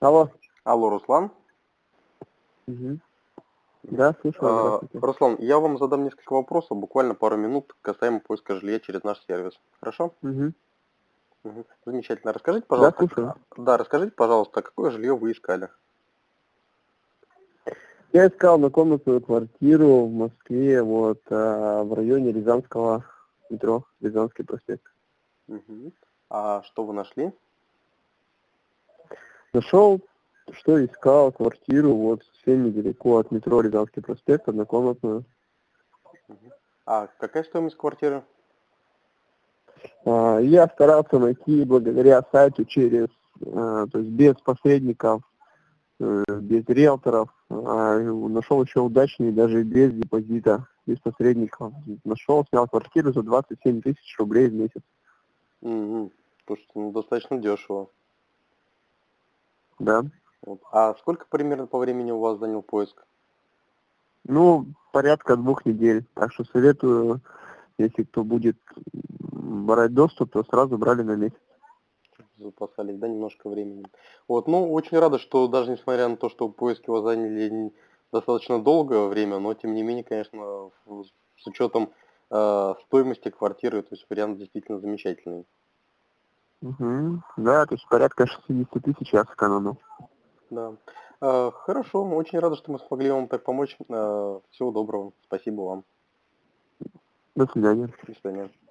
Алло. Алло, Руслан. Мгм. Да, слушаю. вас, А, здравствуйте. Руслан, я вам задам несколько вопросов, буквально пару минут, касаемо поиска жилья через наш сервис. Хорошо? Мгм. Мгм. Замечательно. Расскажите, Да, пожалуйста. а, слушаю. Да, расскажите, пожалуйста, какое жилье вы искали? Я искал однокомнатную квартиру в Москве, вот, а, в районе Рязанского метро, Рязанский проспект. Мгм. А что вы нашли? Нашел, что искал, квартиру, вот, совсем недалеко от метро Рязанский проспект, однокомнатную. А какая стоимость квартиры? А, Я старался найти благодаря сайту через, э, то есть без посредников, э, без риэлторов. А, и Нашел еще удачнее даже без депозита, без посредников. Нашел, снял квартиру за 27 тысяч рублей в месяц. Мгм. Слушайте, ну, достаточно дешево. Да. Вот. А сколько примерно по времени у вас занял поиск? Ну, порядка двух недель. Так что советую, если кто будет м, брать доступ, то сразу брали на месяц. запасались, да, немножко времени. Вот, ну, очень рада, что даже несмотря на то, что поиски у вас заняли н- достаточно долгое время, но тем не менее, конечно, в- с учетом э, стоимости квартиры, то есть вариант действительно замечательный. Мгм. Да, то есть порядка 60 тысяч я сэкономил. Да. Э, хорошо, очень рада, что мы смогли вам так помочь. Э, всего доброго, спасибо вам. До свидания. До свидания.